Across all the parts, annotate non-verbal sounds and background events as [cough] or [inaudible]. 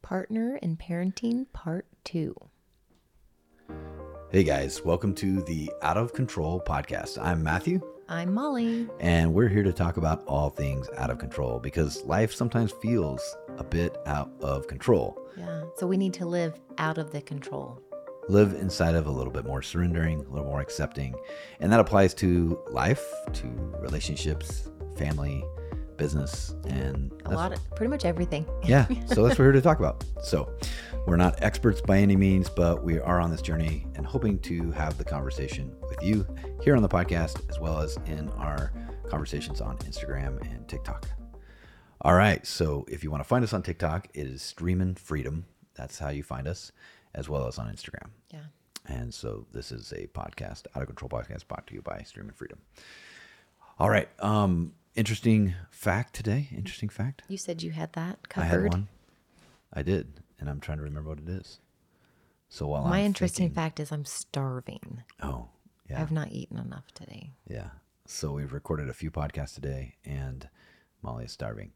Partner in Parenting Part 2. Hey guys, welcome to the Out of Control podcast. I'm Matthew, I'm Molly. and we're here to talk about all things out of control because life sometimes feels a bit out of control. Yeah. So we need to live out of the control. Live inside of a little bit more surrendering, a little more accepting. And that applies to life, to relationships, family, business, and A lot of pretty much everything. yeah so that's what we're here to talk about so we're not experts by any means but we are on this journey and hoping to have the conversation with you here on the podcast as well as in our conversations on instagram and tiktok all right so if you want to find us on tiktok it is streamin' freedom that's how you find us as well as on instagram [laughs] Yeah. and so this is a podcast, out of control podcast brought to you by Stream and Freedom. All right. Um, interesting fact today. Interesting fact. You said you had that I had covered. one. I did, and I'm trying to remember what it is. So while My I'm interesting thinking- fact is I'm starving. oh yeah, I've not eaten enough today. yeah. So we've recorded a few podcasts today, and Molly is starving.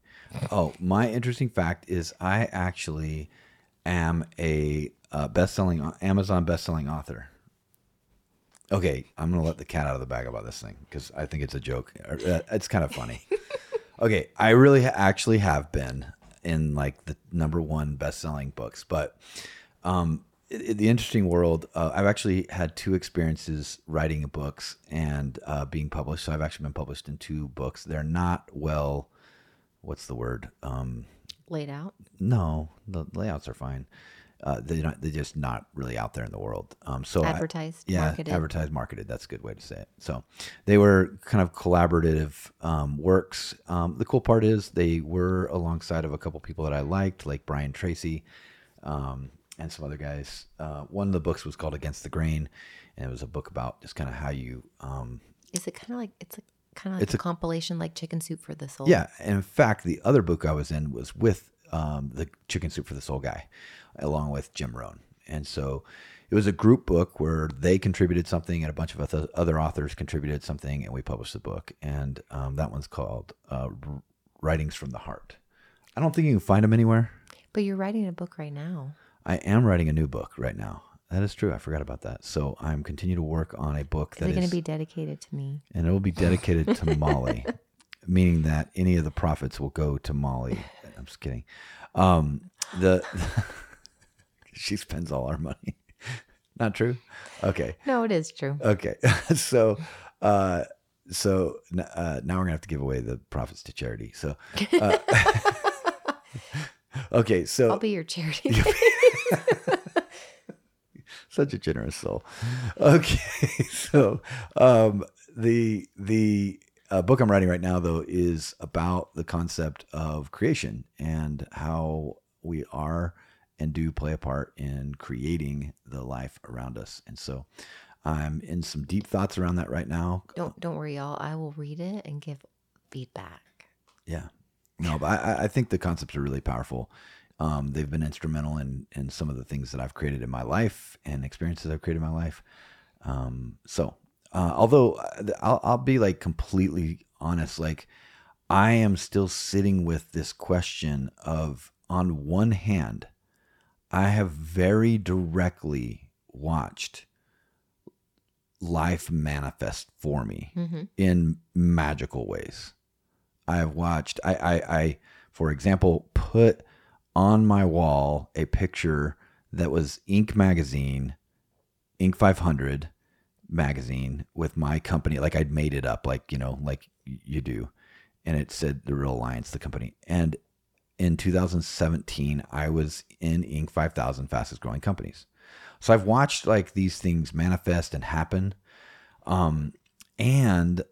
Oh, my interesting fact is I actually am a uh, best-selling Amazon best-selling author. Okay, I'm gonna let the cat out of the bag about this thing because I think it's a joke. Uh, It's kind of funny. okay, I really ha- actually have been in like the number one best-selling books, but um, it, it- the interesting world. Uh, I've actually had two experiences writing books and uh, being published. So I've actually been published in two books. They're not well. What's the word? Um, Laid out. no, the layouts are fine. Uh, they're not. They're just not really out there in the world. Um, so I- Advertised, yeah, marketed. advertised, marketed. That's a good way to say it. So they were kind of collaborative um, works. Um, the cool part is they were alongside of a couple people that I liked, like Brian Tracy, um, and some other guys. Uh, one of the books was called Against the Grain, and it was a book about just kind of how you um, Is it kind of like it's a kind of like It's a, a- compilation like Chicken Soup for the Soul? Yeah, and in fact, the other book I was in was with um, the Chicken Soup for the Soul guy, along with Jim Rohn, and so it was a group book where they contributed something and a bunch of oth- other authors contributed something, and we published the book. And um, that one's called uh, R- "Writings from the Heart." I don't think you can find them anywhere. But you're writing a book right now. I am writing a new book right now. That is true. I forgot about that. So I'm continuing to work on a book Is that it is going to be dedicated to me? and it will be dedicated to Molly, meaning that any of the profits will go to Molly. I'm just kidding. Um, the [laughs] she spends all our money. Not true. Okay. No, it is true. Okay. [laughs] so, uh, so n- uh, now we're gonna have to give away the profits to charity. So, uh, [laughs] okay. So I'll be your charity. [laughs] such a generous soul. Okay, [laughs] so um, the the uh, book I'm writing right now though is about the concept of creation and how we are and do play a part in creating the life around us. And so I'm in some deep thoughts around that right now. don't don't worry, y'all. I will read it and give feedback. Yeah. No, but I, I- I think the concepts are really powerful. Um, they've been instrumental in in some of the things that I've created in my life and experiences I've created in my life. Um, so, uh, although uh, I'll, I'll be like completely honest, like I am still sitting with this question of, on one hand, I have very directly watched life manifest for me Mm-hmm. in magical ways. I've watched, I, I, I, for example, put on my wall a picture that was Inc. magazine, Inc. 500 magazine with my company. Like I'd made it up, like, you know, like y- you do. And it said The Real Alliance, the company. And in 2017, I was in Inc. 5000 fastest growing companies. So I've watched like these things manifest and happen. Um, and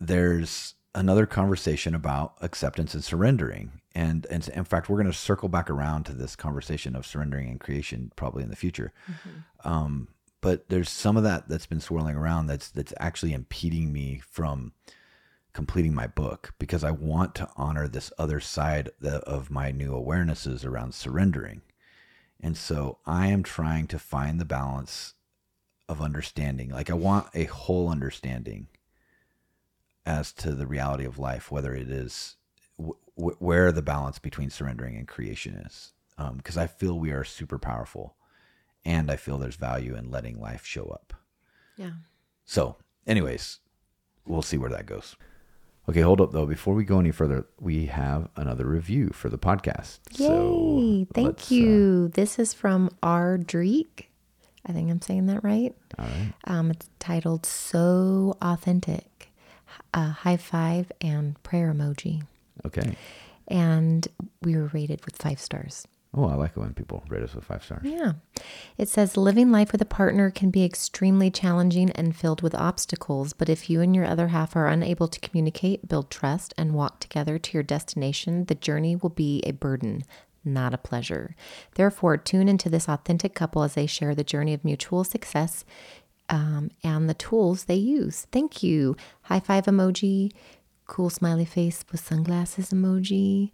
there's another conversation about acceptance and surrendering. And, and in fact, we're going to circle back around to this conversation of surrendering and creation probably in the future. Um, but there's some of that that's been swirling around that's that's actually impeding me from completing my book because I want to honor this other side the, of my new awarenesses around surrendering. And so I am trying to find the balance of understanding. Like I want a whole understanding as to the reality of life, whether it is w- w- where the balance between surrendering and creation is. because I feel we are super powerful, and I feel there's value in letting life show up. Yeah. So, anyways, we'll see where that goes. Okay, hold up though. Before we go any further, we have another review for the podcast. Yay. let's, Thank uh, you. this is from R. Dreek. I think I'm saying that right. all right. Um, it's titled So Authentic. H- Uh, high five and prayer emoji. Okay. And we were rated with five stars. Oh, I like it when people rate us with five stars. Yeah. It says living life with a partner can be extremely challenging and filled with obstacles, but if you and your other half are unable to communicate, build trust, and walk together to your destination, the journey will be a burden, not a pleasure. Therefore, tune into this authentic couple as they share the journey of mutual success um, and the tools they use. Thank you. High five emoji, cool smiley face with sunglasses emoji,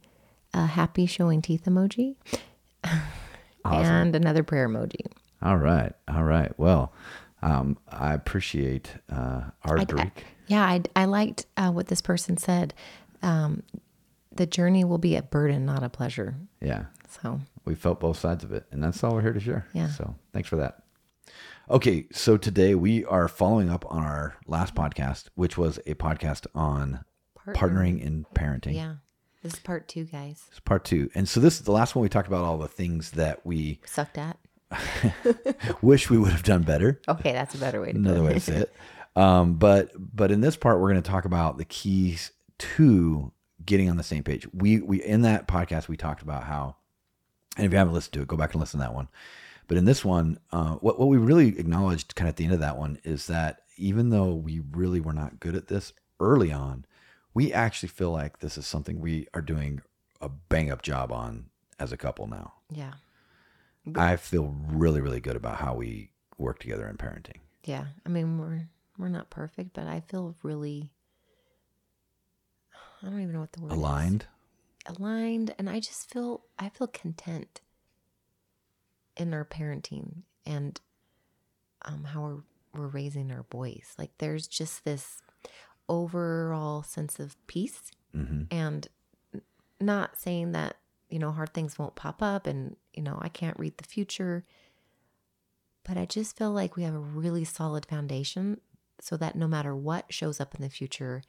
a happy showing teeth emoji and another prayer emoji. All right. All right. Well, um, I appreciate uh, our Greek. Yeah, I, I liked uh, what this person said. Um, the journey will be a burden, not a pleasure. Yeah. So, we felt both sides of it and that's all we're here to share Yeah. so thanks for that okay so today we are following up on our last podcast which was a podcast on partnering in parenting yeah, this is part two, guys. it's part two and so this is the last one we talked about all the things that we Sucked at. wish we would have done better Okay, that's a better way to put another way to say it um, but but in this part we're going to talk about the keys to getting on the same page we we in that podcast we talked about how and if you haven't listened to it go back and listen to that one but in this one uh, what, what we really acknowledged kind of at the end of that one is that even though we really were not good at this early on we actually feel like this is something we are doing a bang up job on as a couple now Yeah, i feel really really good about how we work together in parenting yeah. I mean, we're we're not perfect, but I feel really. I don't even know what the word is. aligned aligned and i just feel i feel content in our parenting and um, how we're, we're raising our boys like there's just this overall sense of peace hmm and n- not saying that you know hard things won't pop up and you know i can't read the future but i just feel like we have a really solid foundation so that no matter what shows up in the future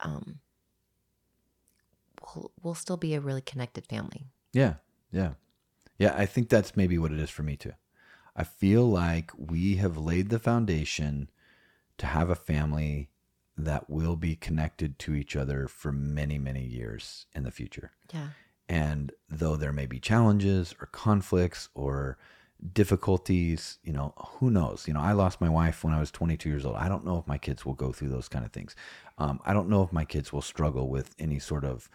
um we'll, we'll still be a really connected family Yeah, yeah, yeah. I think that's maybe what it is for me too. I feel like we have laid the foundation to have a family that will be connected to each other for many, many years in the future. yeah And though there may be challenges or conflicts or difficulties, you know, who knows? You know, I lost my wife when I was 22 years old. I don't know if my kids will go through those kind of things. Um, I don't know if my kids will struggle with any sort of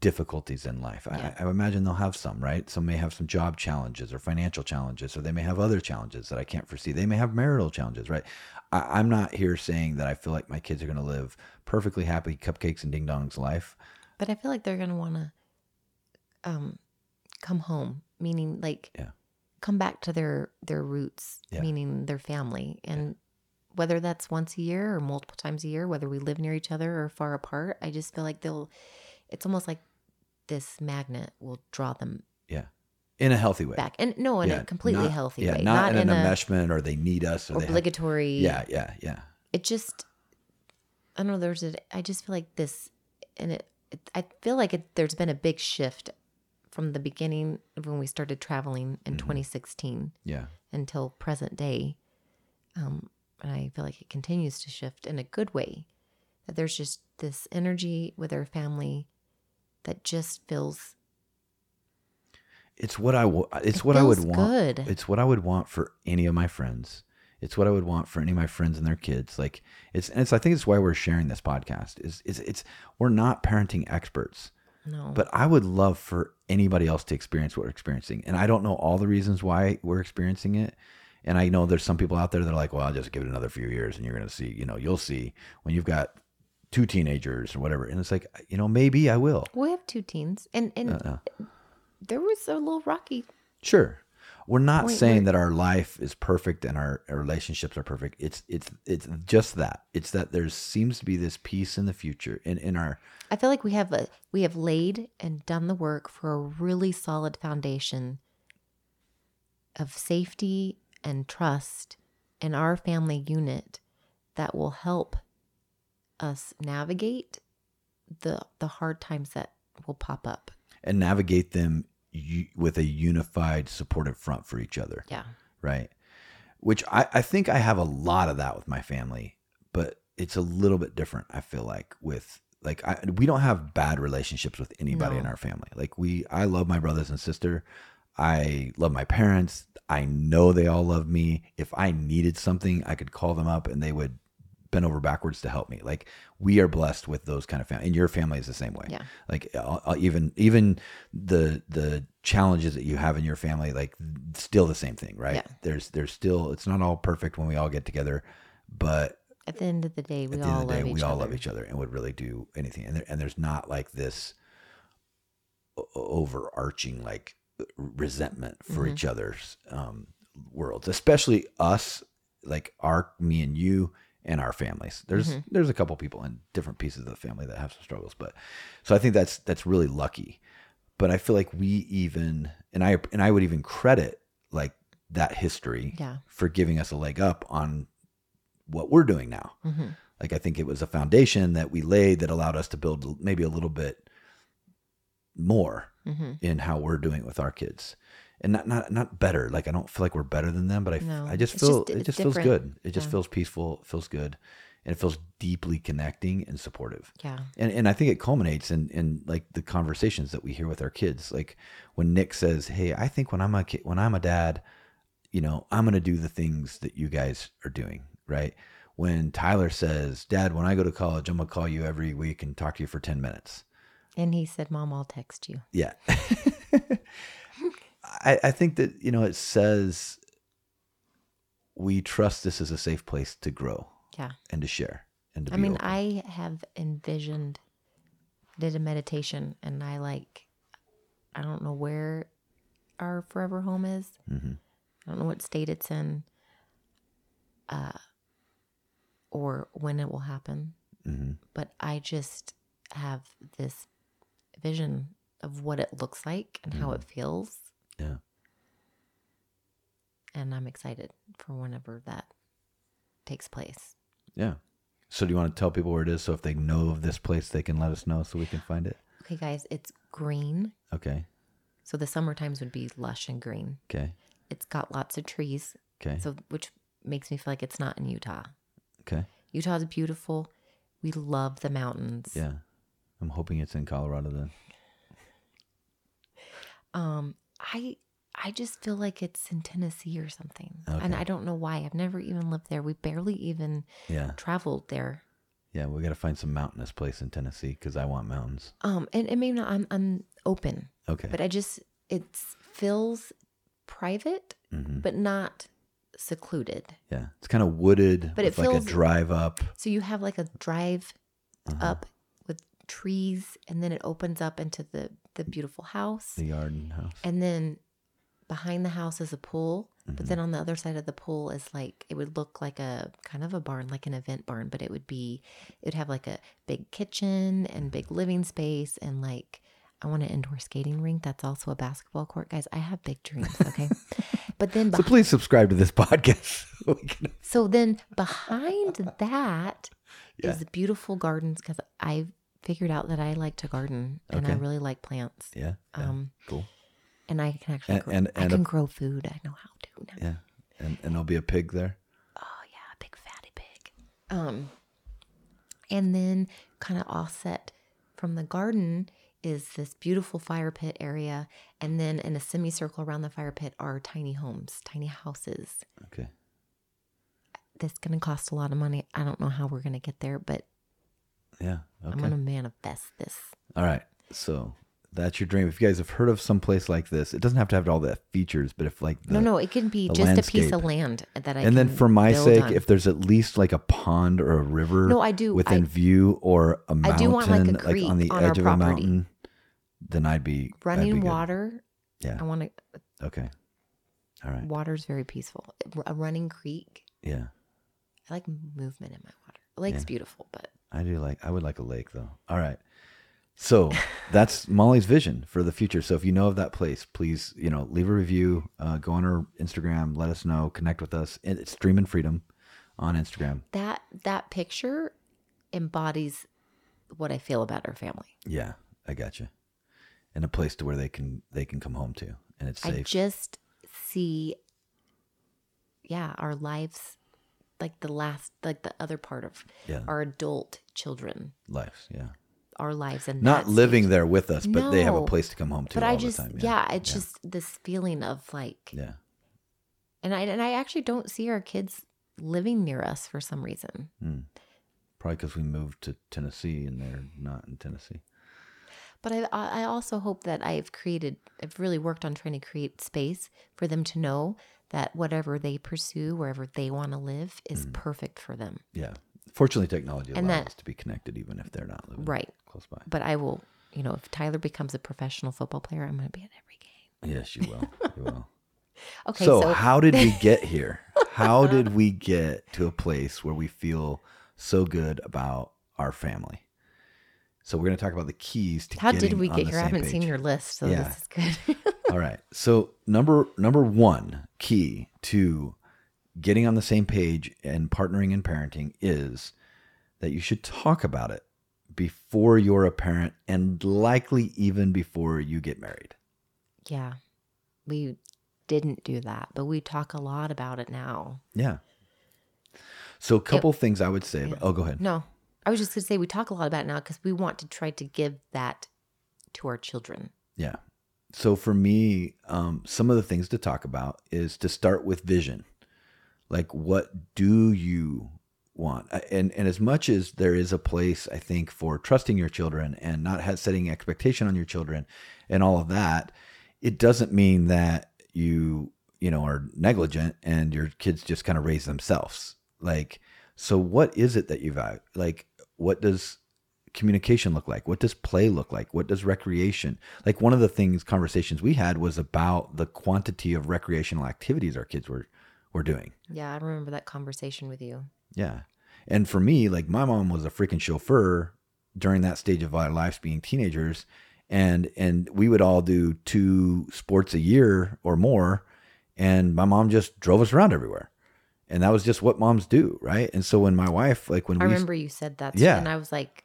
difficulties in life. Yeah. I, I imagine they'll have some, right? Some may have some job challenges or financial challenges, or they may have other challenges that I can't foresee. They may have marital challenges, right? I, I'm not here saying that I feel like my kids are going to live perfectly happy cupcakes and ding dongs life. but i feel like they're gonna wanna um come home meaning like Yeah. come back to their their roots Yeah. meaning their family and whether that's once a year or multiple times a year whether we live near each other or far apart i just feel like they'll it's almost like this magnet will draw them In a healthy way. back and no in Yeah, a completely not- healthy yeah, way Not, in, an enmeshment or they need us or they have, obligatory Yeah, yeah, yeah. it just i don't know there's a i just feel like this and it, it i feel like it, there's been a big shift from the beginning of when we started traveling in Mhm. 2016 Yeah. until present day um and i feel like it continues to shift in a good way that there's just this energy with our family that just feels It's what I wa- it's it what I would feels want. good It's what I would want for any of my friends. It's what I would want for any of my friends and their kids. Like it's and it's I think it's why we're sharing this podcast. Is it's it's we're not parenting experts. no But I would love for anybody else to experience what we're experiencing. And I don't know all the reasons why we're experiencing it. And I know there's some people out there that are like, well, I'll just give it another few years and you're going to see, you know, you'll see when you've got two teenagers or whatever. And it's like, you know, maybe I will. we have two teens and and Uh, there was a little rocky sure. We're not Wait, saying wait. that our life is perfect and our, our relationships are perfect. It's it's it's just that. It's that there seems to be this peace in the future in in our I feel like we have a, we have laid and done the work for a really solid foundation of safety and trust in our family unit that will help us navigate the the hard times that will pop up. and navigate them u- with a unified supportive front for each other. Yeah. right? Which I, I think I have a lot of that with my family, but it's a little bit different. I feel like with like I we don't have bad relationships with anybody No. in our family. Like we, I love my brothers and sister. I love my parents. I know they all love me. If I needed something, I could call them up and they would bend over backwards to help me. Like we are blessed with those kind of family, and your family is the same way Yeah. like uh, uh, even even the the challenges that you have in your family like still the same thing right Yeah. there's there's still it's not all perfect when we all get together but At the end of the day, we at the all end of the day love each we all other. love each other and would really do anything and there, and there's not like this o- overarching like uh, resentment for Mhm. each other's um worlds especially us like our me and you and our families there's Mhm. there's a couple people in different pieces of the family that have some struggles but so i think that's that's really lucky but i feel like we even and i and i would even credit like that history Yeah. for giving us a leg up on what we're doing now hmm like I think it was a foundation that we laid that allowed us to build maybe a little bit more hmm in how we're doing it with our kids, and not not not better. Like I don't feel like we're better than them, but I f- No, I just it's feel just- it it's just feels different. good. It just Yeah. feels peaceful, it feels good, and it feels deeply connecting and supportive. Yeah. And and I think it culminates in in like the conversations that we hear with our kids. Like when Nick says, "Hey, I think when I'm a kid, when I'm a dad, you know, I'm going to do the things that you guys are doing, right? When Tyler says, Dad, when I go to college, I'm going to call you every week and talk to you for 10 minutes. And he said, "Mom, I'll text you." Yeah. [laughs] I, I think that, you know, it says we trust this as a safe place to grow Yeah. and to share and to I be mean, open. I have envisioned, did a meditation, and I like, I don't know where our forever home is. Mhm. I don't know what state it's in, uh, or when it will happen. Mhm. But I just have this vision of what it looks like and how it feels, Yeah. and I'm excited for whenever that takes place. Yeah. So do you want to tell people where it is? So if they know of this place, they can let us know so we can find it. Okay, guys, it's green. Okay. So the summer times would be lush and green. Okay. It's got lots of trees, Okay. so which makes me feel like it's not in Utah. okay. Utah's beautiful. We love the mountains. Yeah. I'm hoping it's in Colorado then. Um, I I just feel like it's in Tennessee or something, and Okay. I don't know why. I've never even lived there. We barely even Yeah. traveled there. Yeah, we got to find some mountainous place in Tennessee because I want mountains. Um, and, and maybe not. I'm I'm open, Okay. but I just it feels private, hmm but not secluded. Yeah, it's kind of wooded, But but it it's like feels- a drive up. So you have like a drive Uh-huh. up with trees, and then it opens up into the the beautiful house. The garden house. and then behind the house is a pool but Mhm. then on the other side of the pool is like it would look like a kind of a barn like an event barn but it would be it would have like a big kitchen and big living space and like i want an indoor skating rink that's also a basketball court guys i have big dreams okay but then so behind, please subscribe to this [laughs] podcast. so we can- so then behind that is [laughs] Yeah. beautiful gardens because i figured out that i like to garden and i Okay. really like plants yeah, yeah, um cool. and i can actually And- grow, and- i and a- can grow food i know how to now Yeah, and and there'll be a pig there. Oh yeah, a big fatty pig. Um, and then kind of offset from the garden is this beautiful fire pit area, and then in a semicircle around the fire pit are tiny homes, tiny houses. Okay. That's gonna cost a lot of money. I don't know how we're gonna get there, but Yeah. Okay. I'm gonna manifest this. All right. So that's your dream. If you guys have heard of some place like this, it doesn't have to have all the features, but if like the, no, no, it can be the just a piece of landscape. land that I. and then can for my build sake, on. if there's at least like a pond or a river No, I do- within I- view or a mountain I do want, like, a on creek the on our edge of a property. mountain, then I'd be I'd be running good. water, Yeah. I want to Okay. All right. Water's very peaceful. A running creek. Yeah. I like movement in my water. Lake's Yeah. beautiful, but I do like I would like a lake though. All right. [laughs] So that's Molly's vision for the future. So if you know of that place, please, you know, leave a review, uh, go on her Instagram, let us know, connect with us. And It's Dream and Freedom on Instagram. that that picture embodies what I feel about our family. Yeah, I gotcha. And a place to where they can they can come home to and it's I safe. just see yeah, our lives like the last like the other part of Yeah. our adult children, Lives, yeah. our lives and Not living there with us, but they have a No. place to come home to But all I the just time. yeah. it's just this feeling of like Yeah. and I and I actually don't see our kids living near us for some reason. Probably because we moved to Tennessee and they're not in Tennessee. But I, I I also hope that I've created, I've really worked on trying to create space for them to know that whatever they pursue, wherever they want to live, is Mm. perfect for them. Yeah. Fortunately, technology And allows that- us to be connected even if they're not living Right. close by. But I will, you know, if Tyler becomes a professional football player, I'm going to be at every game. Yes, you will. You will. [laughs] Okay, so, so, how did we [laughs] get here? How did we get to a place where we feel so good about our family? So, we're going to talk about the keys to how getting did we on get the here? I same haven't seen page. your list, so Yeah. this is good. [laughs] All right. So number number one key to getting on the same page and partnering in parenting is that you should talk about it before you're a parent and likely even before you get married. yeah, we didn't do that, but we talk a lot about it now. Yeah. So a couple things I would say about oh go ahead. No, I was just going to say we talk a lot about it now because we want to try to give that to our children. Yeah. So for me, um, some of the things to talk about is to start with vision. Like, what do you want? Uh, And and as much as there is a place, I think, for trusting your children and not ha- setting expectation on your children, and all of that, it doesn't mean that you you know are negligent and your kids just kind of raise themselves. Like, so what is it that you value? Like, what does communication look like? What does play look like? What does recreation? Like one of the things conversations we had was about the quantity of recreational activities our kids were were doing. Yeah, I remember that conversation with you. Yeah. And for me, like my mom was a freaking chauffeur during that stage of our lives being teenagers and and we would all do two sports a year or more and my mom just drove us around everywhere. And that was just what moms do, right? And so when my wife like when I we remember you said that. Yeah. And I was like,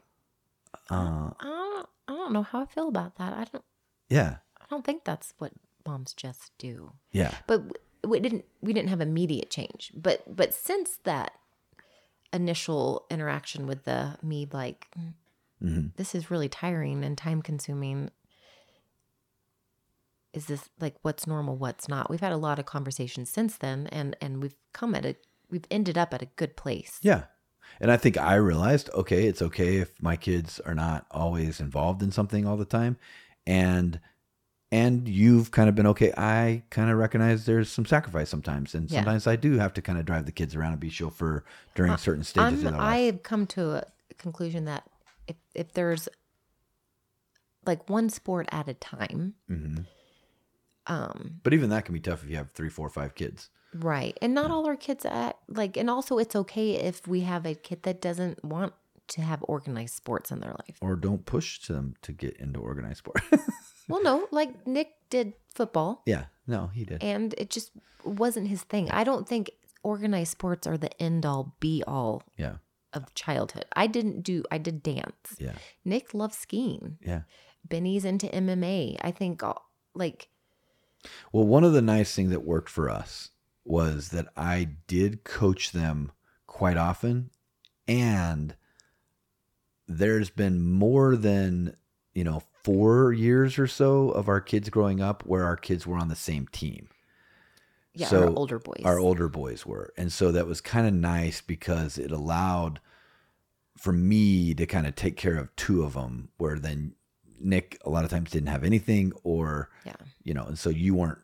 uh I don't, I don't know how I feel about that. I don't, yeah. I don't think that's what moms just do. Yeah. But w- we didn't, we didn't have immediate change. But, but since that initial interaction with the me, like "Mm, Mhm. this is really tiring and time consuming. Is this like what's normal, what's not? We've had a lot of conversations since then, and and we've come at a, we've ended up at a good place. Yeah. And I think I realized, okay, it's okay if my kids are not always involved in something all the time. And and you've kind of been okay. I kind of recognize there's some sacrifice sometimes. And Yeah. Uh, sometimes I do have to kind of drive the kids around and be chauffeur during certain stages I'm, of their life. I've come to a conclusion that if if there's like one sport at a time, hmm um, But even that can be tough if you have three, four, five kids. right, and not all our kids at like, and also it's okay if we have a kid that doesn't want to have organized sports in their life. Or don't push them to get into organized sport. [laughs] Well, no, like Nick did football, yeah. No, he did. and it just wasn't his thing. I don't think organized sports are the end all be all Yeah. of childhood. I didn't do. I did dance. Yeah. Nick loved skiing. Yeah. Benny's into MMA. I think all- like Well, one of the nice things that worked for us was that I did coach them quite often, and there's been more than you know four years or so of our kids growing up where our kids were on the same team. yeah, So, our older boys. Our older boys were, and so that was kind of nice because it allowed for me to kind of take care of two of them, where then Nick a lot of times didn't have anything or yeah. you know, and so you weren't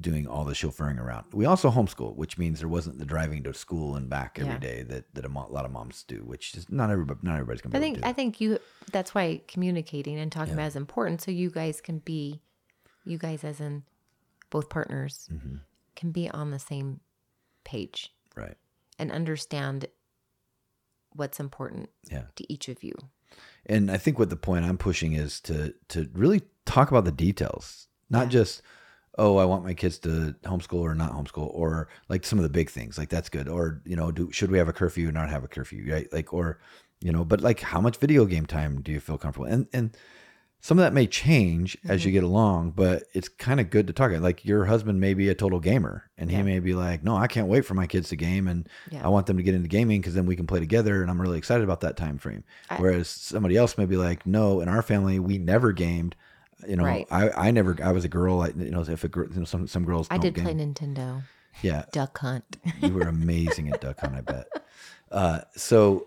doing all the chauffeuring around. We also homeschooled, which means there wasn't the driving to school and back every Yeah. day that that a mo- lot of moms do, which is not everybody. Not everybody's gonna. I Be able think to do I that. think you that's why communicating and talking Yeah. about it is important so you guys can be you guys as in both partners can be on the same page Mm-hmm. Right. and understand what's important Yeah. to each of you. And I think what the point I'm pushing is to to really talk about the details, not Yeah. just oh, I want my kids to homeschool or not homeschool, or like some of the big things, like that's good, or you know, do should we have a curfew or not have a curfew, right? Like or you know, but like how much video game time do you feel comfortable? And and some of that may change as Mm-hmm. you get along, but it's kind of good to talk. Like your husband may be a total gamer, and Yeah. he may be like, "No, I can't wait for my kids to game, and Yeah. I want them to get into gaming because then we can play together, and I'm really excited about that time frame." I- Whereas somebody else may be like, "No, in our family, we never gamed. You know, Right. I, I never. I was a girl. I, you know, if a girl, you know, some some girls I don't did game. play Nintendo, yeah, Duck Hunt. [laughs] you were amazing at duck hunt. I bet. Uh, so,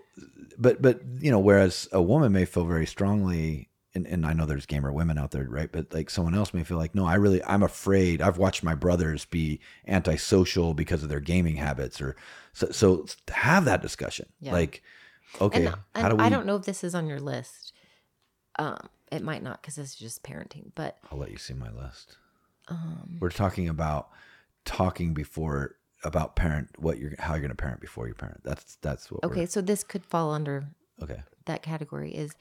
but but you know, whereas a woman may feel very strongly. And, and I know there's gamer women out there, right? But like someone else may feel like, no, I really, I'm afraid. I've watched my brothers be antisocial because of their gaming habits, or so. So have that discussion. Yeah. Like, okay, and uh, how do and we? I don't know if this is on your list. Um, it might not because this is just parenting, but I'll let you see my list. um, We're talking about talking before about parent what you're how you're gonna parent before you parent. That's that's what. okay, so this could fall under We're, okay. that category is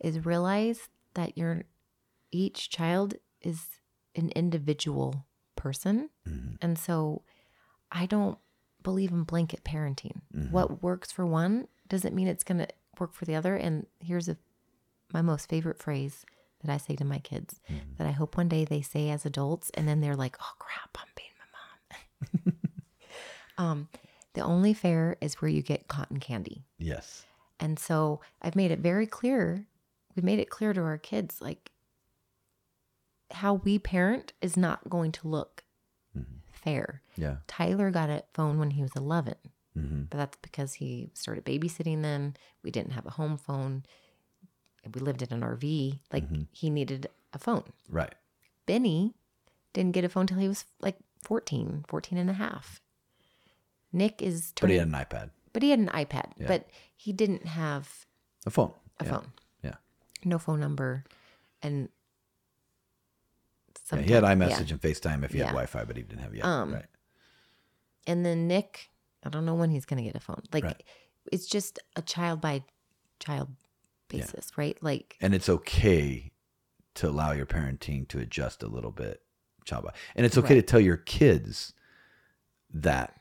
is realize that your each child is an individual person Mhm. and so i don't believe in blanket parenting Mhm. what works for one doesn't mean it's going to work for the other and here's a my most favorite phrase that i say to my kids Mhm. that i hope one day they say as adults and then they're like oh crap i'm being my mom um the only fair is where you get cotton candy Yes. and so I've made it very clear. We made it clear to our kids like how we parent is not going to look Mhm. fair. Yeah. Tyler got a phone when he was 11, hmm but that's because he started babysitting then. We didn't have a home phone. We lived in an RV. Like Mhm. he needed a phone. Right. Benny didn't get a phone till he was like 14, 14 and a half. Nick is But he turning, had an iPad, an iPad, Yeah. but he didn't have a phone. a yeah. phone. Yeah. No phone number. And Yeah, he had sometime- iMessage and FaceTime if he Yeah. had Wi-Fi, but he didn't have yet. Um, right. yeah. And then Nick, I don't know when he's going to get a phone. Like, Right. it's just a child by child Yeah. basis, right? Like, And it's okay to allow your parenting to adjust a little bit, child. by- And it's okay Right. to tell your kids that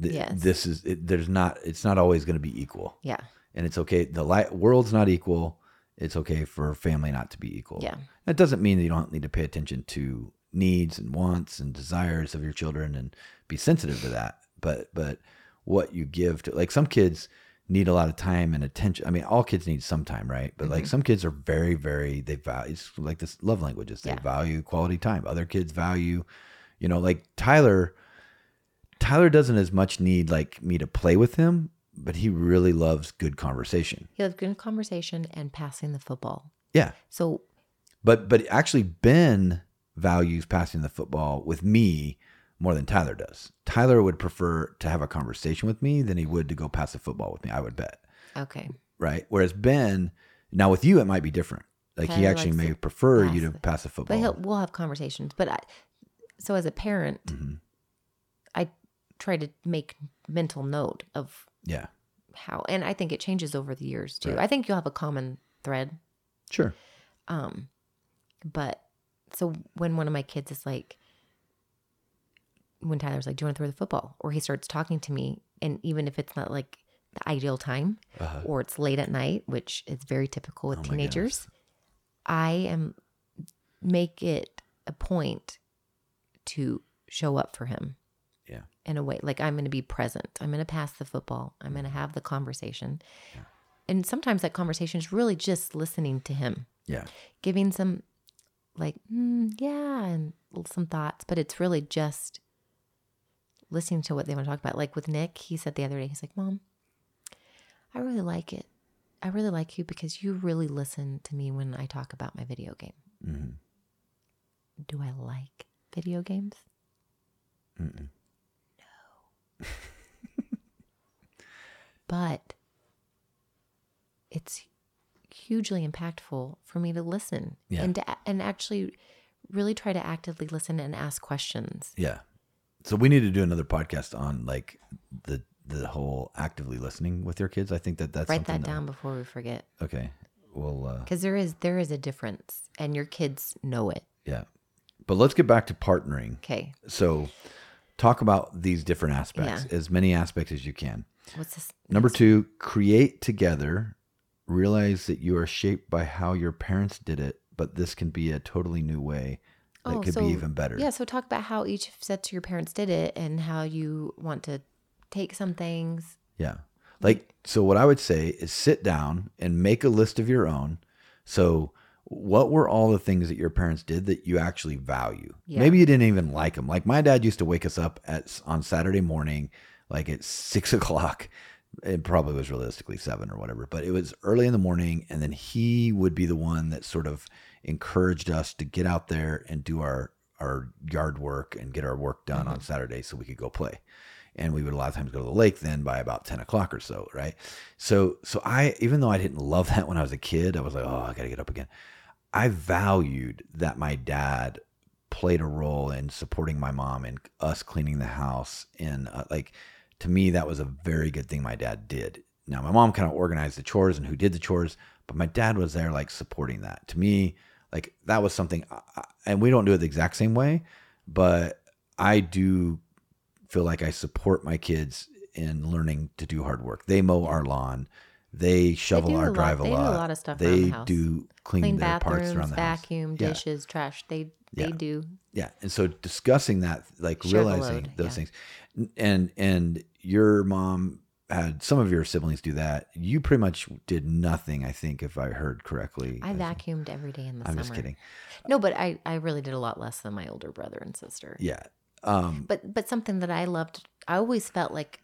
th- Yes. this is it, there's not it's not always going to be equal. yeah, and it's okay. The li- world's not equal. It's okay for family not to be equal. yeah, That doesn't mean that you don't need to pay attention to needs and wants and desires of your children and be sensitive to that. But but what you give to like some kids need a lot of time and attention. I mean, all kids need some time, right? But Mm-hmm. like some kids are very very they value it's like this love languages. They Yeah. value quality time. Other kids value, you know, like Tyler. Tyler doesn't as much need like me to play with him, but he really loves good conversation. he'll have good conversation and passing the football. Yeah. So, But but actually Ben values passing the football with me more than Tyler does. Tyler would prefer to have a conversation with me than he would to go pass the football with me, I would bet. okay, Right? Whereas Ben now with you it might be different. Like he Tyler actually likes may to prefer pass you to the- pass the but football. he'll we'll have conversations. But I, so as a parent, Mhm. I try to make mental note of Yeah. how, and I think it changes over the years too. Right. I think you'll have a common thread Sure. Um, but so when one of my kids is like, when Tyler's like, "Do you want to throw the football?" or he starts talking to me, and even if it's not like the ideal time, Uh-huh. or it's late at night, which is very typical with Oh my teenagers, I am make it a point to show up for him. Yeah. In a way, like I'm going to be present. I'm going to pass the football. I'm going to have the conversation. Yeah. And sometimes that conversation is really just listening to him Yeah. giving some like mm, yeah and some thoughts but it's really just listening to what they want to talk about like with nick he said the other day he's like mom i really like it i really like you because you really listen to me when i talk about my video game Mhm. do i like video games Mm-mm. [laughs] but it's hugely impactful for me to listen Yeah. and to, a- and actually really try to actively listen and ask questions Yeah. so we need to do another podcast on like the the whole actively listening with your kids. I think that that's Write something that down before we forget, Okay, well, uh, because there is there is a difference, and your kids know it. yeah, but let's get back to partnering. Okay, So, talk about these different aspects, as many aspects as you can. what's this? Number two, create together. Realize that you are shaped by how your parents did it, but this can be a totally new way that could be even better. Yeah, Oh, so talk about how each sets your parents did it and how you want to take some things. Yeah. Like, so what I would say is sit down and make a list of your own. So, what were all the things that your parents did that you actually value? Yeah. Maybe you didn't even like them. Like, my dad used to wake us up at on Saturday morning, like at six [laughs] o'clock. It probably was realistically seven or whatever, but it was early in the morning. And then he would be the one that sort of encouraged us to get out there and do our, our yard work and get our work done on Saturday so we could go play and we would a lot of times go to the lake then by about 10 o'clock or so right so so i even though i didn't love that when i was a kid i was like oh i gotta get up again i valued that my dad played a role in supporting my mom and us cleaning the house and uh, like to me that was a very good thing my dad did now my mom kind of organized the chores and who did the chores but my dad was there like supporting that to me like that was something I, I- and we don't do it the exact same way but i do feel like I support my kids in learning to do hard work. They mow our lawn, they shovel do our a lot- drive a they do a lot. lot of stuff around They the house. do clean, Clean their parts bathrooms, around the house. vacuum, Yeah. dishes, trash. They they Yeah. do. Yeah, and so discussing that, like Share the realizing load, those yeah. things, and and your mom had some of your siblings do that. You pretty much did nothing, I think, if I heard correctly. I As- vacuumed every day in the I'm summer. just kidding. No, but I I really did a lot less than my older brother and sister. Yeah. Um, But but something that I loved, I always felt like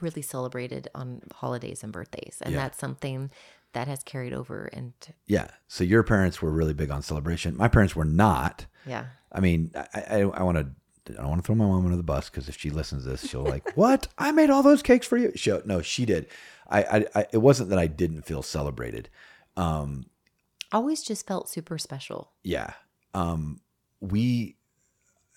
really celebrated on holidays and birthdays, and Yeah. that's something that has carried over. And yeah. So your parents were really big on celebration. My parents were not. yeah, I mean, I I, I want to. I don't want to throw my mom under the bus because if she listens to this, [laughs] she'll like, "What? I made all those cakes for you." She, no, she did. I, I, I, it wasn't that I didn't feel celebrated. Um, always just felt super special. yeah um we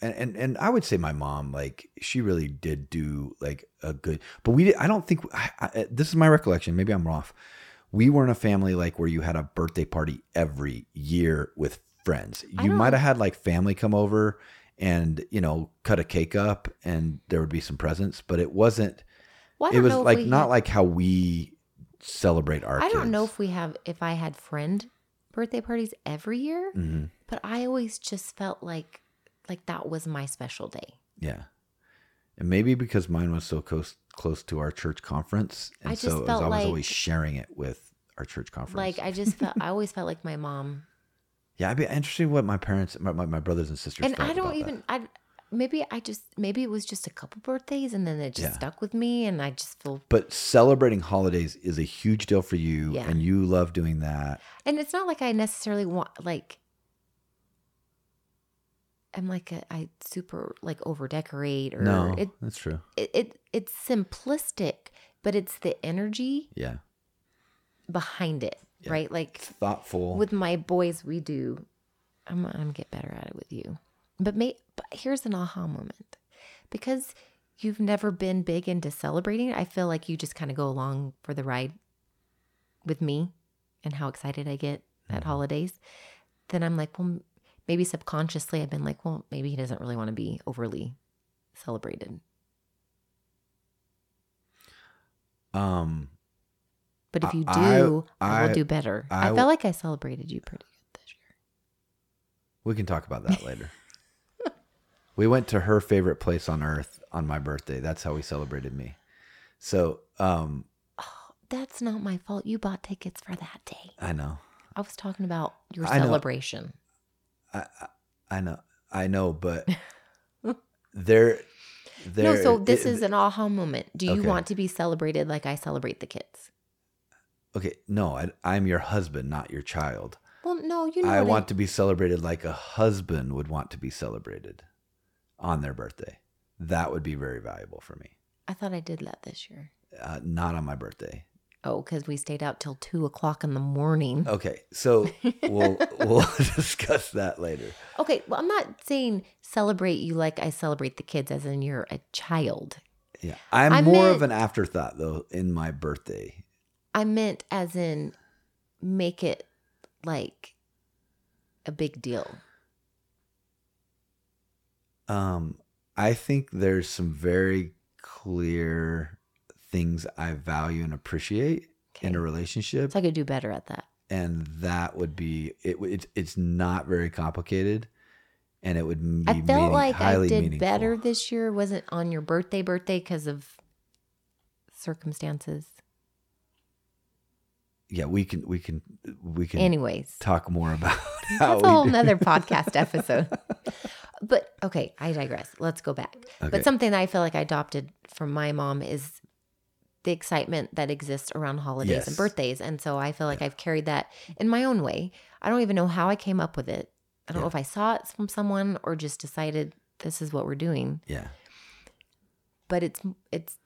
and, and and i would say my mom like she really did do like a good but we did, i don't think I, I, this is my recollection maybe i'm off we weren't a family like where you had a birthday party every year with friends I you don't- might have had like family come over and you know cut a cake up and there would be some presents but it wasn't Well, I it don't was know if like we not had- like how we celebrate our I don't know kids. if we have if I had friend birthday parties every year, Mhm. but I always just felt like like that was my special day. Yeah. And maybe because mine was so close close to our church conference, and I so just it was, felt I was like- always sharing it with our church conference. Like I just felt I always felt like my [laughs] mom. yeah, I'd be interested in what my parents, my, my, my brothers and sisters, and felt I don't about that. even I maybe I just maybe it was just a couple birthdays and then it just Yeah. stuck with me and I just feel But celebrating holidays is a huge deal for you, Yeah. and you love doing that. and it's not like I necessarily want like I'm like a, I super like over decorate or no, it, that's true. it it it's simplistic, but it's the energy Yeah, behind it, Yeah. right? Like thoughtful. with my boys, we do. I'm I'm gonna get better at it with you, but may but here's an aha moment, because you've never been big into celebrating. I feel like you just kind of go along for the ride with me, and how excited I get Mm-hmm. at holidays. Then I'm like, well, m- maybe subconsciously I've been like, well, maybe he doesn't really want to be overly celebrated, um, but if you I- do, I, I- will do better. I I, w- felt like I celebrated you pretty good this year. we can talk about that [laughs] later. we went to her favorite place on earth on my birthday. That's how we celebrated me. So, um, Oh, that's not my fault. You bought tickets for that day. I know. I was talking about your I know. celebration. I, I- I know, I [laughs] know, but there, there. no, so this it- is an aha moment. Do you Okay. want to be celebrated like I celebrate the kids? okay. No, I, I'm your husband, not your child. Well, no, you know. I what want to be celebrated like a husband would want to be celebrated on their birthday. That would be very valuable for me. I, I thought I did that this year. Uh, not on my birthday. Oh, because we stayed out till two o'clock in the morning. Okay, [laughs] so Oh, we'll we'll [laughs] discuss that later. Okay, well, I'm not saying celebrate you like I celebrate the kids, as in you're a child. Yeah, I'm I more of an afterthought though in my birthday. I meant as in make it like a big deal. Um, I think there's some very clear things I value and appreciate in a relationship, so I could do better at that. and that would be it. w- It's it's not very complicated, and it would be I felt meaning- like I highly did meaningful. better this year. Wasn't on your birthday, birthday because of circumstances. Yeah, we can we can we can Anyways, talk [laughs] more about [laughs] how that's a whole we do- nother podcast episode. But okay, I digress. Let's go back. [laughs] Okay. But something that I feel like I adopted from my mom is the excitement that exists around holidays Yes. and birthdays. And so I feel like I've carried that in my own way. I don't even know how I came up with it. I don't know Yeah. if I saw it from someone or just decided this is what we're doing. yeah. but it's it's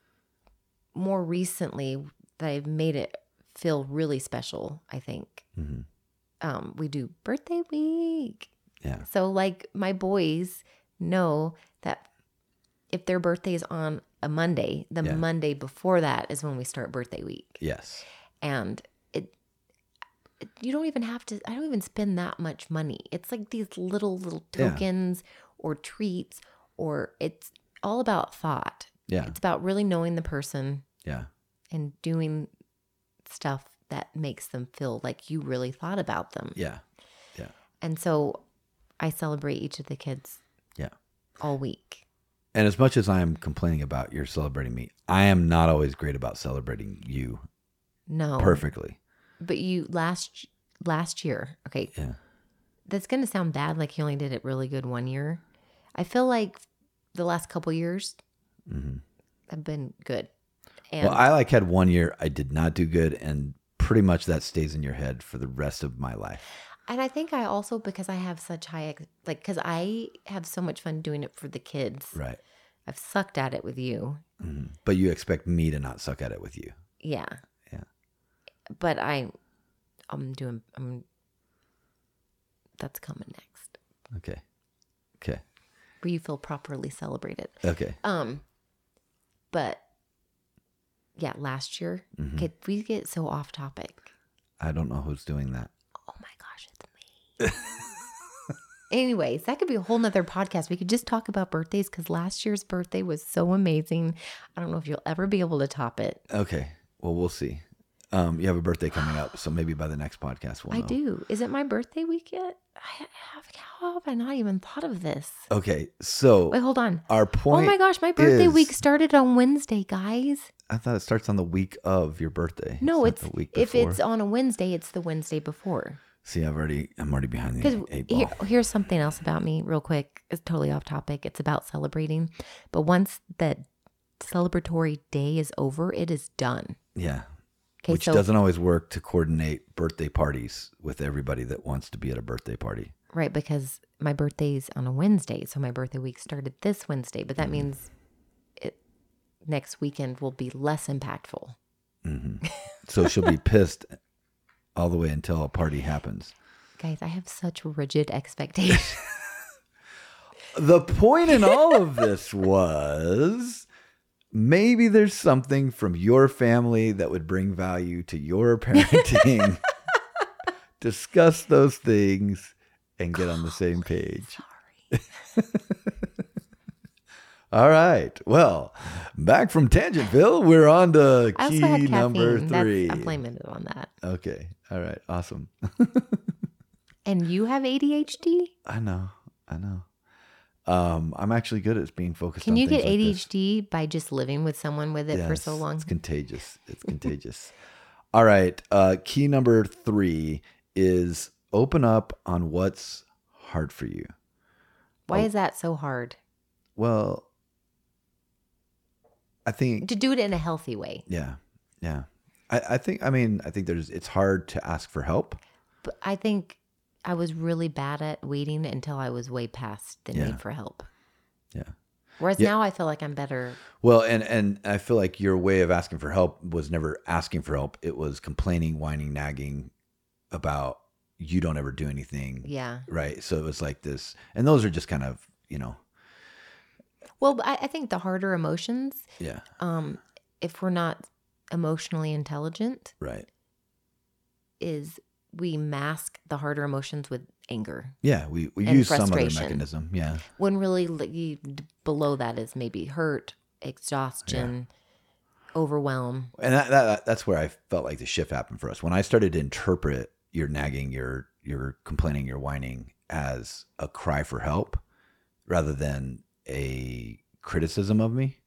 more recently that I've made it feel really special. I think hmm um, we do birthday week, Yeah. so like my boys know that if their birthday is on a Monday, the Yeah. Monday before that is when we start birthday week, Yes. and it. it- You don't even have to. I don't even spend that much money. It's like these little little Yeah. tokens or treats, or it's all about thought. Yeah. It's about really knowing the person Yeah. and doing stuff that makes them feel like you really thought about them. Yeah. And so I celebrate each of the kids Yeah. all week. And as much as I am complaining about your celebrating me, I am not always great about celebrating you No. perfectly. But you last last year, okay. Yeah. That's going to sound bad like you only did it really good one year. I feel like the last couple years hmm have been good. And Well, I like had one year I did not do good, and pretty much that stays in your head for the rest of my life. And I think I also because I have such high ex- like because I have so much fun doing it for the kids. Right. I've sucked at it with you. hmm But you expect me to not suck at it with you. Yeah. Yeah. But I, I'm doing. I'm. That's coming next. Okay. Okay. Where you feel properly celebrated. Okay. Um. But. Yeah, last year. Mhm. Okay, we get so off topic. I don't know who's doing that. Oh my gosh, it's me. Anyways, that could be a whole nother podcast. We could just talk about birthdays because last year's birthday was so amazing. I don't know if you'll ever be able to top it. Okay. Well, we'll see. Um, you have a birthday coming up, so maybe by the next podcast we'll I know. do. Is it my birthday week yet? I have, how have I not even thought of this? Okay. So Wait, hold on. our point. oh my gosh, my birthday week is- started on Wednesday, guys. I thought it starts on the week of your birthday. No, not it's, the week if before. it's on a Wednesday, it's the Wednesday before. See, I've already I'm already behind Because the eight ball. here, here's something else about me, real quick. It's totally off topic. It's about celebrating, but once that celebratory day is over, it is done. yeah, Okay, which so doesn't always work to coordinate birthday parties with everybody that wants to be at a birthday party. right because my birthday's on a Wednesday, so my birthday week started this Wednesday, but that means it next weekend will be less impactful. Mm-hmm. So [laughs] she'll be pissed all the way until a party happens. Guys, I have such rigid [laughs] expectations. The point in all [laughs] of this was maybe there's something from your family that would bring value [laughs] to your parenting. [laughs] Discuss those things and get on the same page. All right. Well, back from Tangentville, we're on to I key also had number caffeine. three. That's, I'm blaming it on that. Okay. All right. Awesome. And you have ADHD? I know. I know. Um, I'm actually good at being focused. Can on you things get like this. ADHD by just living with someone with it for so Yes, long? It's contagious. It's contagious. [laughs] All right. Uh, key number three is open up on what's hard for you. Why oh. is that so hard? Well, I think, To do it in a healthy way. yeah, yeah. I, I think, I mean, I think there's, it's hard to ask for help. But I think I was really bad at waiting until I was way past the Yeah. need for help. Yeah. Whereas Yeah. now I feel like I'm better. Well, and and I feel like your way of asking for help was never asking for help. It was complaining, whining, nagging about you don't ever do anything. Yeah. Right. So it was like this and those are just kind of, you know, Well, but I, I think the harder emotions, yeah. um, if we're not emotionally intelligent, Right. is we mask the harder emotions with anger. Yeah. We we And use some other frustration. mechanism. Yeah. When really like, you- below that is maybe hurt, exhaustion, overwhelm. And that, that that's where I felt like the shift happened for us. When I started to interpret your nagging, your your complaining, your whining as a cry for help rather than a criticism of me,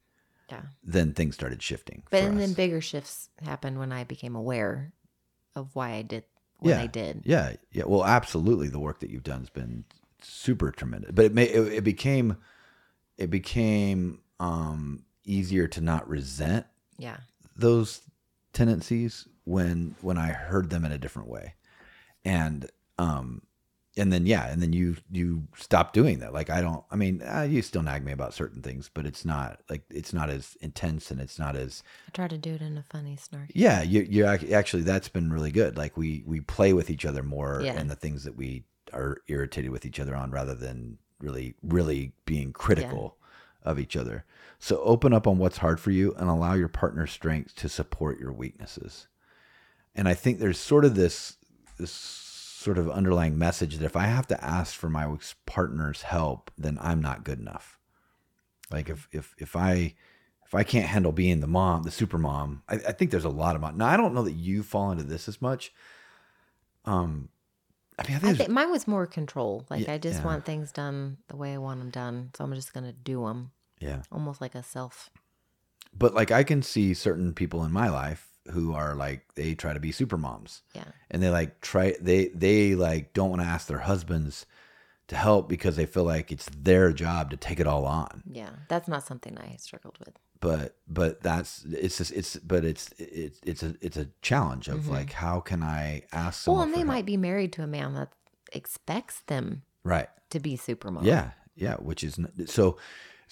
Yeah. then things started shifting. But for and then us. bigger shifts happened when I became aware of why I did what Yeah. I did. Yeah, yeah. Well, absolutely, the work that you've done has been super tremendous. But it may it, it became it became um, easier to not resent Yeah. those tendencies when when I heard them in a different way, and um, and then yeah, and then you you stop doing that. Like I don't. I mean, uh, you still nag me about certain things, but it's not like it's not as intense and it's not as I tried to do it in a funny, snarky. yeah, you you ac- actually that's been really good. Like we we play with each other more Yeah. and the things that we are irritated with each other on rather than really really being critical of each other. So open up on what's hard for you and allow your partner's strengths to support your weaknesses. And I think there's sort of this this sort of underlying message that if I have to ask for my partner's help, then I'm not good enough. Like if if if I if I can't handle being the mom, the super mom, I, I think there's a lot of mom. Now I don't know that you fall into this as much. Um, I mean, I I think, think there's mine was more control. Like Yeah, I just yeah. want things done the way I want them done, so I'm just gonna do them. yeah, Almost like a self. but like I can see certain people in my life who are like they try to be super moms Yeah. and they like try they they like don't want to ask their husbands to help because they feel like it's their job to take it all on. Yeah. That's not something I struggled with. but but that's it's just it's but it's it's it's a it's a challenge of Mhm. like how can I ask Well, someone and for they help? might be married to a man that expects them right to be supermodel. yeah yeah which is n- so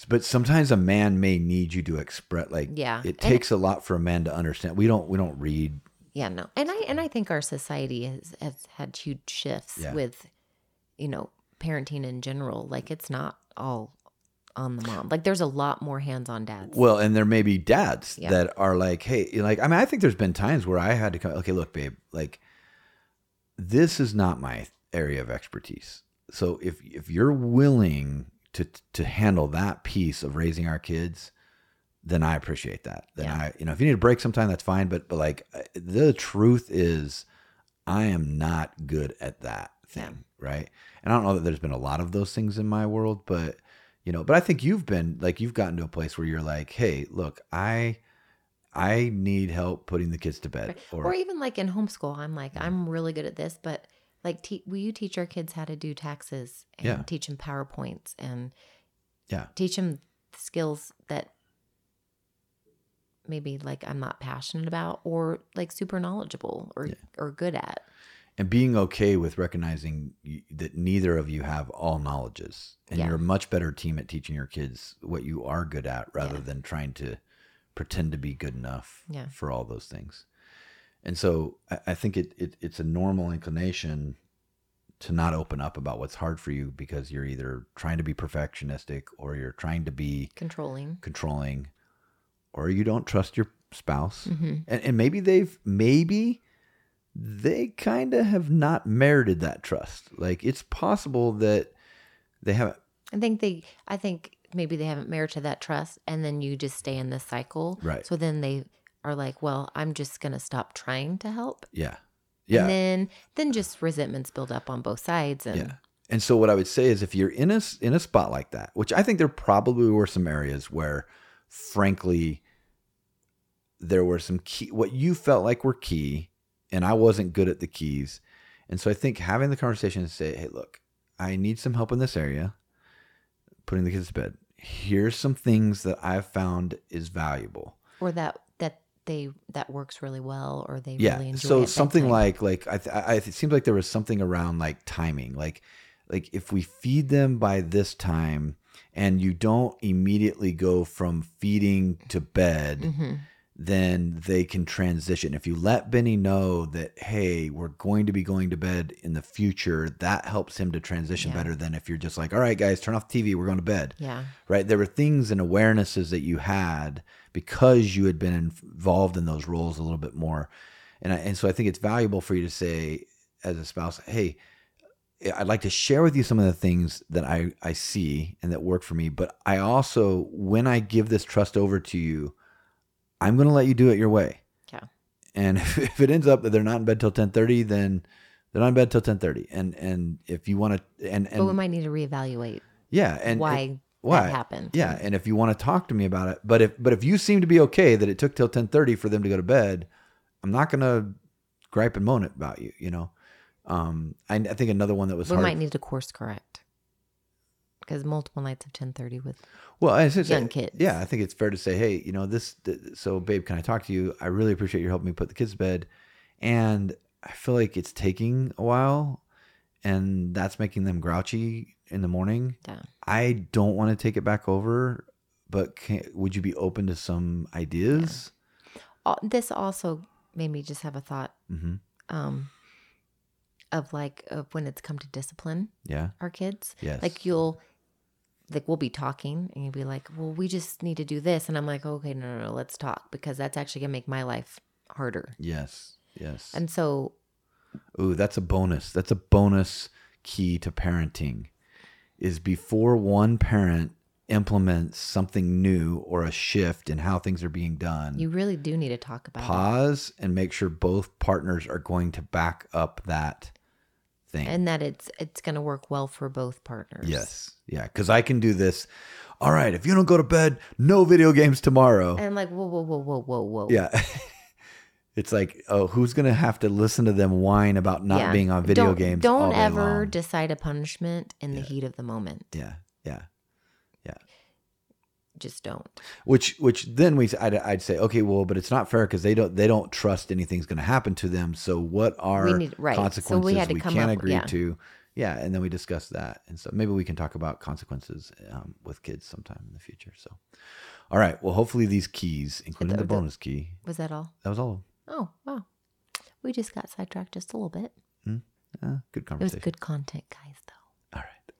but sometimes a man may need you to express like Yeah. it And- takes a lot for a man to understand we don't we don't read Yeah, no. And I and I think our society has, has had huge shifts Yeah. with, you know, parenting in general. Like it's not all on the mom. Like there's a lot more hands on dads. well and there may be dads Yeah. that are like hey you know, like I mean I think there's been times where I had to come okay look babe like this is not my area of expertise. So if if you're willing to to handle that piece of raising our kids, then I appreciate that. Then Yeah. I you know if you need a break sometime, that's fine. But but like uh, the truth is, I am not good at that thing, right? And I don't know that there's been a lot of those things in my world, but you know, but I think you've been like you've gotten to a place where you're like, hey, look, I. I need help putting the kids to bed, or, even like in homeschool, I'm like, Mm-hmm. I'm really good at this, but like, te- will you teach our kids how to do taxes and Yeah. teach them PowerPoints and Yeah. teach them skills that maybe like I'm not passionate about or like super knowledgeable or Yeah. or good at. and being okay with recognizing you, that neither of you have all knowledges and Yeah. you're a much better team at teaching your kids what you are good at rather Yeah. than trying to pretend to be good enough Yeah. for all those things and so i, I think it, it it's a normal inclination to not open up about what's hard for you because you're either trying to be perfectionistic or you're trying to be Controlling. controlling or you don't trust your spouse hmm and, and maybe they've maybe they kind of have not merited that trust like it's possible that they haven't I think they, I think maybe they haven't merited that trust, and then you just stay in this cycle. Right. So then they are like, well, I'm just gonna stop trying to help. yeah yeah And then then just resentments build up on both sides, and yeah and so what i would say is if you're in a s- in a spot like that which i think there probably were some areas where frankly there were some key what you felt like were key and i wasn't good at the keys and so i think having the conversation and say hey look i need some help in this area putting the kids to bed here's some things that i've found is valuable or that that they that works really well, or they yeah really enjoy. so at something bedtime. like like I, th- I it seems like there was something around like timing like like if we feed them by this time and you don't immediately go from feeding to bed, Mm-hmm. then they can transition. If you let Benny know that, hey, we're going to be going to bed in the future, that helps him to transition Yeah. better than if you're just like, all right, guys, turn off the TV, we're going to bed Yeah. right? There were things and awarenesses that you had because you had been involved in those roles a little bit more. And, I, and so I think it's valuable for you to say, as a spouse, hey, I'd like to share with you some of the things that I, I see and that work for me. But I also, when I give this trust over to you, I'm going to let you do it your way. Yeah. And [laughs] if, if it ends up that they're not in bed till 1030, then they're not in bed till 1030. And, and if you want to, and, but we and might need to reevaluate yeah. And why it- that why? happened. Yeah, and if you want to talk to me about it, but if but if you seem to be okay that it took till ten thirty for them to go to bed, I'm not gonna gripe and moan about you. You know, um, I, I think another one that was we hard. might need to course correct because multiple nights of 10:30 with well, I should say- young kids. Yeah, I think it's fair to say, hey, you know, this. th- So, babe, can I talk to you? I really appreciate you helping me put the kids to bed, and I feel like it's taking a while, and that's making them grouchy in the morning. yeah. I don't want to take it back over, but can, would you be open to some ideas? Al- This also made me just have a thought Mm-hmm. um, of like of when it's come to discipline Yeah. our kids. Yes. Like you'll like we'll be talking and you'll be like, "Well, we just need to do this," and I'm like, "Okay, no, no, no let's talk because that's actually gonna make my life harder." Yes. Yes. And so Ooh, that's a bonus. That's a bonus key to parenting is before one parent implements something new or a shift in how things are being done. you really do need to talk about it. pause and make sure both partners are going to back up that thing. and that it's it's gonna work well for both partners. yes. Yeah, cuz I can do this. All right, if you don't go to bed, no video games tomorrow. And I'm like, whoa, whoa, whoa, whoa, whoa, whoa. Oh. Yeah. [laughs] it's like, oh, who's gonna have to listen to them whine about not Yeah. being on video don't, games? Don't all day ever long? decide a punishment in the Yeah. heat of the moment. yeah, yeah. Just don't. Which, which then we, I'd, I'd say, okay, well, but it's not fair because they don't, they don't trust anything's gonna happen to them. So what are We need- right. So we consequences had to come can up- agree yeah. to? Yeah, and then we discuss that, and so maybe we can talk about consequences um, with kids sometime in the future. So, all right, well, hopefully these keys, including the the- bonus key, Was that all? that was all. of Oh, wow. We just got sidetracked just a little bit. them. Uh, It good was conversation. good content, guys, though. All right.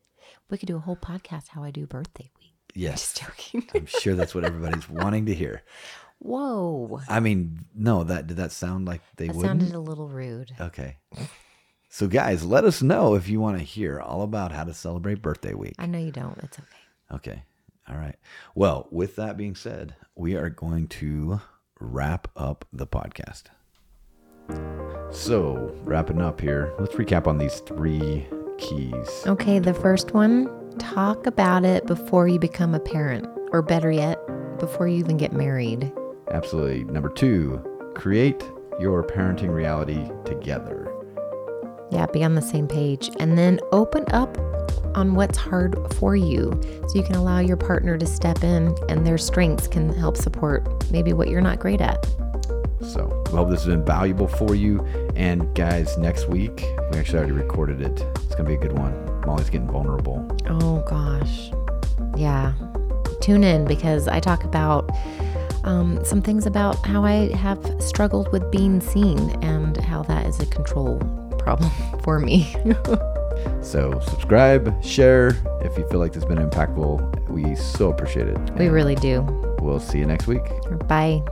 We could do a whole podcast how I do birthday week. [laughs] Yes. Just joking. I'm sure that's what everybody's wanting to hear. Whoa. I mean, no, that did that sound like they That wouldn't? sounded a little rude. okay. So guys, let us know if you want to hear all about how to celebrate birthday week. I know you don't. It's okay. Okay. All right. Well, with that being said, we are going to wrap up the podcast. So, wrapping up here, let's recap on these three keys. Okay, the first one talk about it before you become a parent, or better yet, before you even get married. Absolutely. Number two, create your parenting reality together. Yeah, be on the same page. And then open up on what's hard for you so you can allow your partner to step in and their strengths can help support maybe what you're not great at. So we hope this has been valuable for you. And guys, next week, we actually already recorded it. It's going to be a good one. Molly's getting vulnerable. Oh, gosh. Yeah. Tune in because I talk about um, some things about how I have struggled with being seen and how that is a control problem [laughs] for me. So subscribe, share if you feel like this has been impactful. We so appreciate it. we And really do. We'll see you next week. Bye.